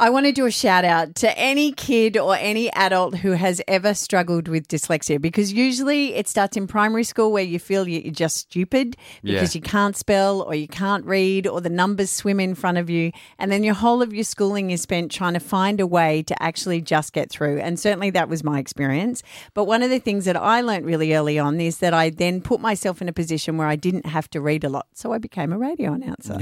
I want to do a shout out to any kid or any adult who has ever struggled with dyslexia because usually it starts in primary school where you feel you- you're just stupid because Yeah. you can't spell or you can't read or the numbers swim in front of you. And then your whole of your schooling is spent trying to find a way to actually just get through. And certainly that was my experience. But one of the things that I learnt really early on is that I then put myself in a position where I didn't have to read a lot. So I became a radio announcer.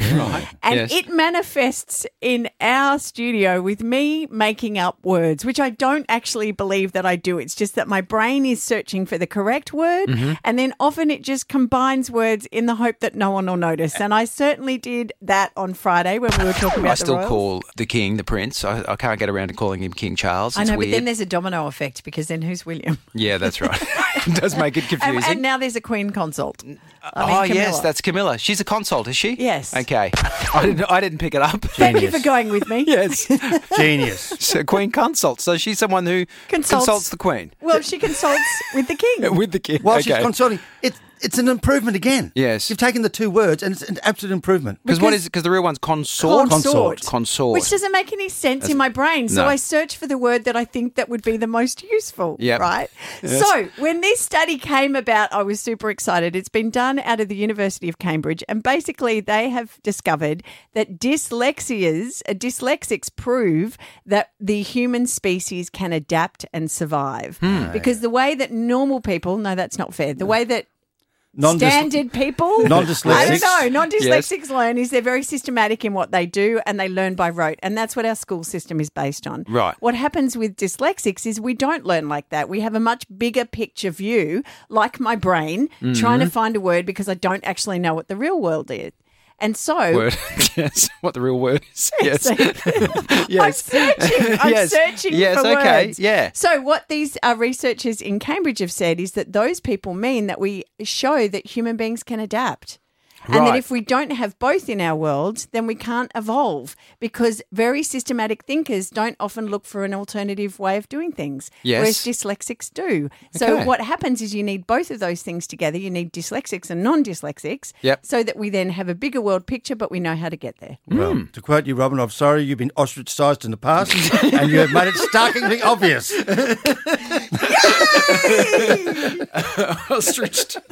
And Yes. it manifests in our studio with me making up words, which I don't actually believe that I do. It's just that my brain is searching for the correct word. Mm-hmm. And then often it just combines words in the hope that no one will notice. And I certainly did that on Friday when we were talking about I the still royals. call the king the prince. I, I can't get around to calling him King Charles. I It's know, weird. but then there's a domino effect because then who's William? yeah, that's right. it does make it confusing. And, and now there's a queen consult. I mean, oh yes, Camilla. that's Camilla. She's a consult, is she? Yes. Okay. I didn't. I didn't pick it up. Thank you for going with me. yes. Genius. So queen consult. So she's someone who Consults. consults, the queen Well, she consults with the king. with the king. While she's Okay. consulting, it's it's an improvement again. Yes. You've taken the two words and it's an absolute improvement. Because what is because the real one's consort, consort, consort. which doesn't make any sense in my brain. So no. I search for the word that I think that would be the most useful. Yep. right. Yes. So when this study came about, I was super excited. It's been done out of the University of Cambridge, and basically they have discovered that dyslexias, uh, dyslexics, prove that the human species can adapt and survive Hmm. because the way that normal people, no, that's not fair. The way that Non-dys- standard people. Non-dyslexics. I don't know. Non Yes. dyslexics learn is they're very systematic in what they do and they learn by rote. And that's what our school system is based on. Right. What happens with dyslexics is we don't learn like that. We have a much bigger picture view, like my brain, trying Mm-hmm. to find a word because I don't actually know what the real world is. And so word. yes. What the real word is. Yes. I'm yes. searching. I'm Yes. searching Yes, for okay, words. yeah. So what these uh, researchers in Cambridge have said is that those people mean that we show that human beings can adapt. And that Right. if we don't have both in our world, then we can't evolve because very systematic thinkers don't often look for an alternative way of doing things, Yes. whereas dyslexics do. So, Okay. what happens is you need both of those things together. You need dyslexics and non dyslexics Yep. so that we then have a bigger world picture, but we know how to get there. Hmm. Well, to quote you, Robin, I'm sorry you've been ostracised in the past and you have made it starkly obvious. Ostriched.